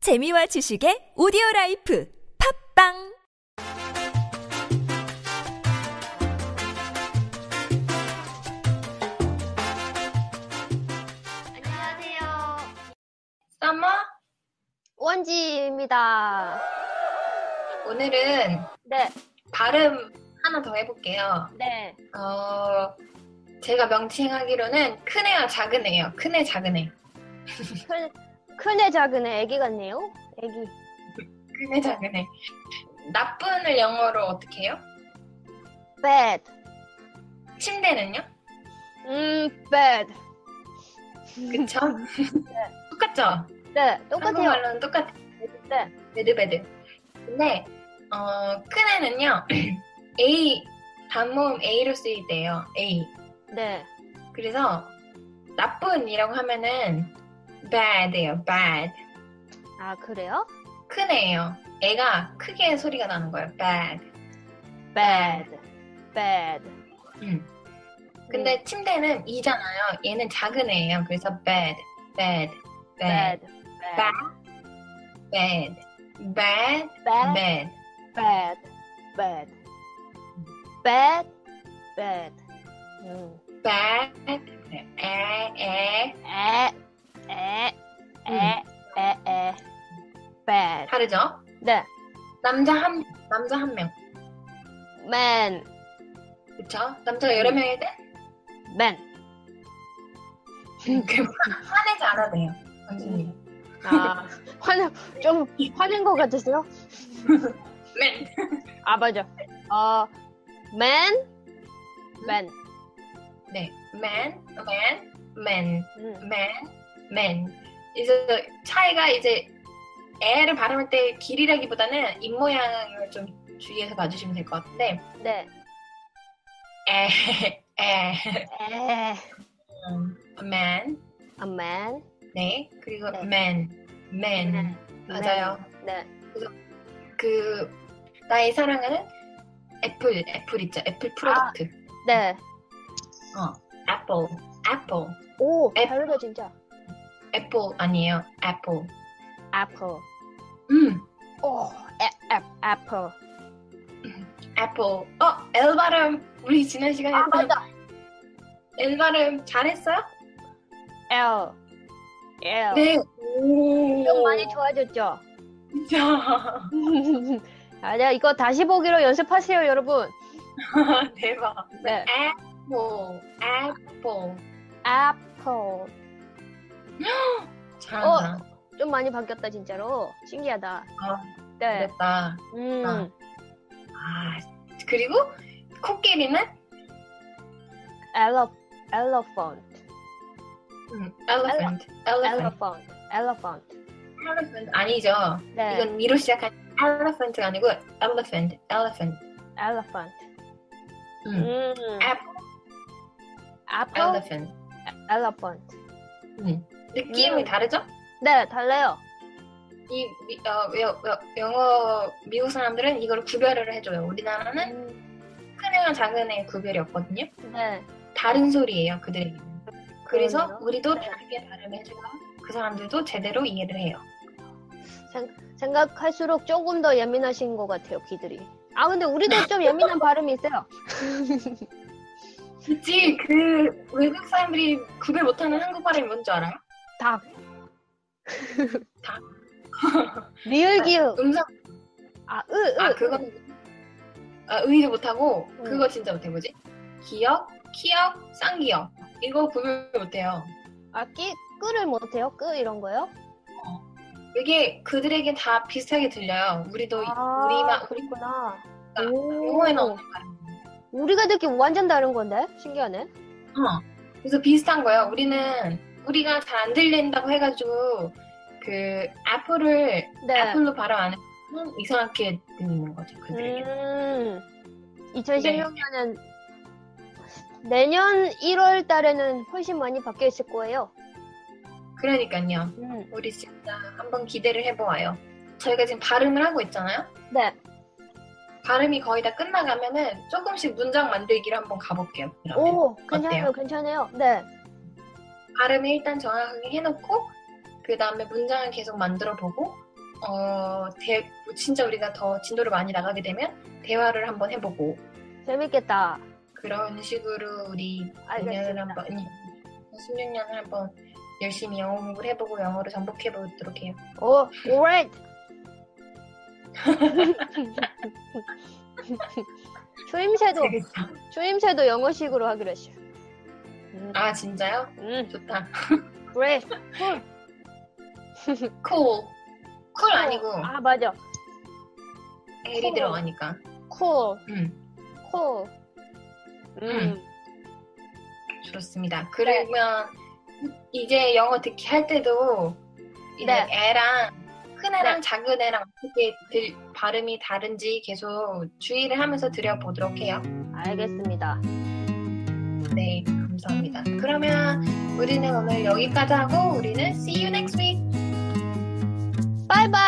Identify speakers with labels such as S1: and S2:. S1: 재미와 지식의 오디오 라이프 팝빵
S2: 안녕하세요.
S3: 썸머?
S2: 원지입니다.
S3: 오늘은
S2: 네,
S3: 발음 하나 더 해볼게요.
S2: 네.
S3: 어, 제가 명칭하기로는 큰 애와 작은 애요. 큰 애, 작은 애.
S2: 큰, 큰애 작은 애 애기 같네요. 애기.
S3: 큰 애, 작은 애. 나쁜을 영어로 어떻게 해요?
S2: bad.
S3: 침대는요?
S2: 음, bad.
S3: 그쵸? 똑같죠?
S2: 네, 음. 똑같아요.
S3: 한국말로는 똑같아요.
S2: 네.
S3: 배드배드. 근데, 어, 큰 애는요, A, 단모음 A로 쓰일 때요. A.
S2: 네.
S3: 그래서, 나쁜이라고 하면은, bad예요, bad.
S2: 아, 그래요?
S3: 큰 애예요. 애가 크게 소리가 나는 거예요. bad.
S2: bad. bad.
S3: 음. 근데 침대는 이잖아요. 얘는 작은 애예요. 그래서 bad, bad, bad,
S2: bad. bad.
S3: bad, bad,
S2: bad.
S3: bad.
S2: bad. bad. bad. bad. 음.
S3: bad. 그래요. 에, 에.
S2: 에, 에,
S3: 음.
S2: 에, 에, 에. bad.
S3: 다르죠?
S2: 네.
S3: 남자 한 남자 한 명.
S2: man.
S3: 그쵸? 남자가 여러 명일 때?
S2: man.
S3: 그럼 화내지 않아도 돼요. 선생님.
S2: 아, 화낸, 좀 화낸 것 같았어요?
S3: 맨.
S2: 아, 맞아. 어, man, man.
S3: 네. man, man, man.
S2: 음,
S3: 맨, 맨. 이제 차이가 이제 애를 발음할 때 길이라기보다는 입 모양을 좀 주의해서 봐주시면 될 것 같은데
S2: 네.
S3: 에, 에,
S2: 에,
S3: 음, 맨,
S2: a man.
S3: 네, 그리고
S2: 네.
S3: 맨, 맨,
S2: 네.
S3: 맞아요.
S2: 네.
S3: 그 나의 사랑하는 애플, 애플 있죠, 애플 프로덕트,
S2: 네. 아. 어.
S3: 애플, 애플,
S2: 오,
S3: 애-
S2: 다르다, 진짜.
S3: 애플 아니에요, 애플.
S2: apple.
S3: 음,
S2: 오, 애, 애, apple.
S3: 애플. 어, 엘 발음 우리 지난 시간에
S2: 아, 맞다.
S3: 엘 발음 잘했어요?
S2: L. L.
S3: 네. 오.
S2: 좀 많이 좋아졌죠?
S3: 진짜.
S2: 아, 네, 이거 다시 보기로 연습하세요, 여러분.
S3: 대박.
S2: 네.
S3: 애플, 애플.
S2: apple.
S3: 잘한다.
S2: 좀 많이 바뀌었다, 진짜로. 신기하다.
S3: 아,
S2: 네.
S3: 잘했다.
S2: 음.
S3: 아, 그리고 코끼리는
S2: 엘러 엘러펀트
S3: 음, elephant, elephant,
S2: 엘러펀트 엘러펀트
S3: elephant 아니죠.
S2: 네
S3: 이건 미로 시작한 elephant가 아니고 elephant, elephant.
S2: 엘러펀트
S3: 음.
S2: 음
S3: apple,
S2: 애플
S3: elephant.
S2: 엘러펀트
S3: 음. 느낌이
S2: 음.
S3: 다르죠?
S2: 네 달래요
S3: 이 미- 어, 여- 여- 영어 미국 사람들은 이걸 구별을 해줘요. 우리나라는 큰 애와 작은 애의 구별이 없거든요.
S2: 음. 네
S3: 다른 소리예요 그들에게 그래서
S2: 그러네요.
S3: 우리도
S2: 네.
S3: 다르게 발음해주고 그 사람들도 제대로 이해를 해요
S2: 생각할수록 조금 더 예민하신 것 같아요 귀들이 아 근데
S3: 네.
S2: 우리도 좀 예민한 발음이 있어요
S3: 그치 그 외국 사람들이 구별 못하는 한국 발음이 뭔지 알아요?
S2: 닭
S3: 닭.
S2: 리을 기음
S3: 음성
S2: 아으으
S3: 아 그건 아, 의의도 못하고
S2: 음.
S3: 그거 진짜 못해 뭐지? 기억, 키역, 쌍기역 이거 구별 못해요
S2: 아끼 끄를 못해요 끄 이런 거요
S3: 이게 그들에게 다 비슷하게 들려요 우리도
S2: 아,
S3: 우리만 우리
S2: 그렇구나
S3: 영어에는
S2: 오
S3: 없는 발음
S2: 우리가 듣기 완전 다른 건데 신기하네
S3: 어. 그래서 비슷한 거예요. 우리는 우리가 잘 안 들린다고 해가지고 그 애플을
S2: 네
S3: 애플로 발음 안 하면 이상하게 들리는 거죠. 그들에게.
S2: 음,
S3: 네.
S2: 네. 2016년은 내년 1월 달에는 훨씬 많이 바뀌어 있을 거예요.
S3: 그러니까요.
S2: 음.
S3: 우리 진짜 한번 기대를 해보아요. 저희가 지금 발음을 하고 있잖아요.
S2: 네.
S3: 발음이 거의 다 끝나가면은 조금씩 문장 만들기를 한번 가볼게요. 그러면
S2: 오, 괜찮아요,
S3: 네. 어때요?
S2: 괜찮아요. 네.
S3: 발음을 일단 정확하게 해놓고 그 다음에 문장을 계속 만들어보고 어, 대, 진짜 우리가 더 진도를 많이 나가게 되면 대화를 한번 해보고
S2: 재밌겠다. 그런
S3: 그런 식으로 우리 내년을
S2: 알겠습니다.
S3: 한번 16년을 한번 열심히 영어 공부를 해보고 영어를 정복해 보도록 해요.
S2: 오, 오랜. 추임새도
S3: 되겠다.
S2: 추임새도 영어식으로 하기로 했어. 음,
S3: 아 진짜요?
S2: 음,
S3: 좋다.
S2: 그래.
S3: 쿨. 쿨 아니고
S2: 아 맞아.
S3: L이
S2: cool.
S3: 들어가니까.
S2: 쿨,
S3: 음
S2: 쿨. 음, 네.
S3: 좋습니다. 그러면 이제 영어 듣기 할 때도 이제
S2: 네.
S3: 애랑 큰 애랑 작은 애랑 어떻게 들- 발음이 다른지 계속 주의를 하면서 들여보도록 해요.
S2: 알겠습니다.
S3: 네, 감사합니다. 그러면 우리는 오늘 여기까지 하고 우리는 see you next week.
S2: 바이바이.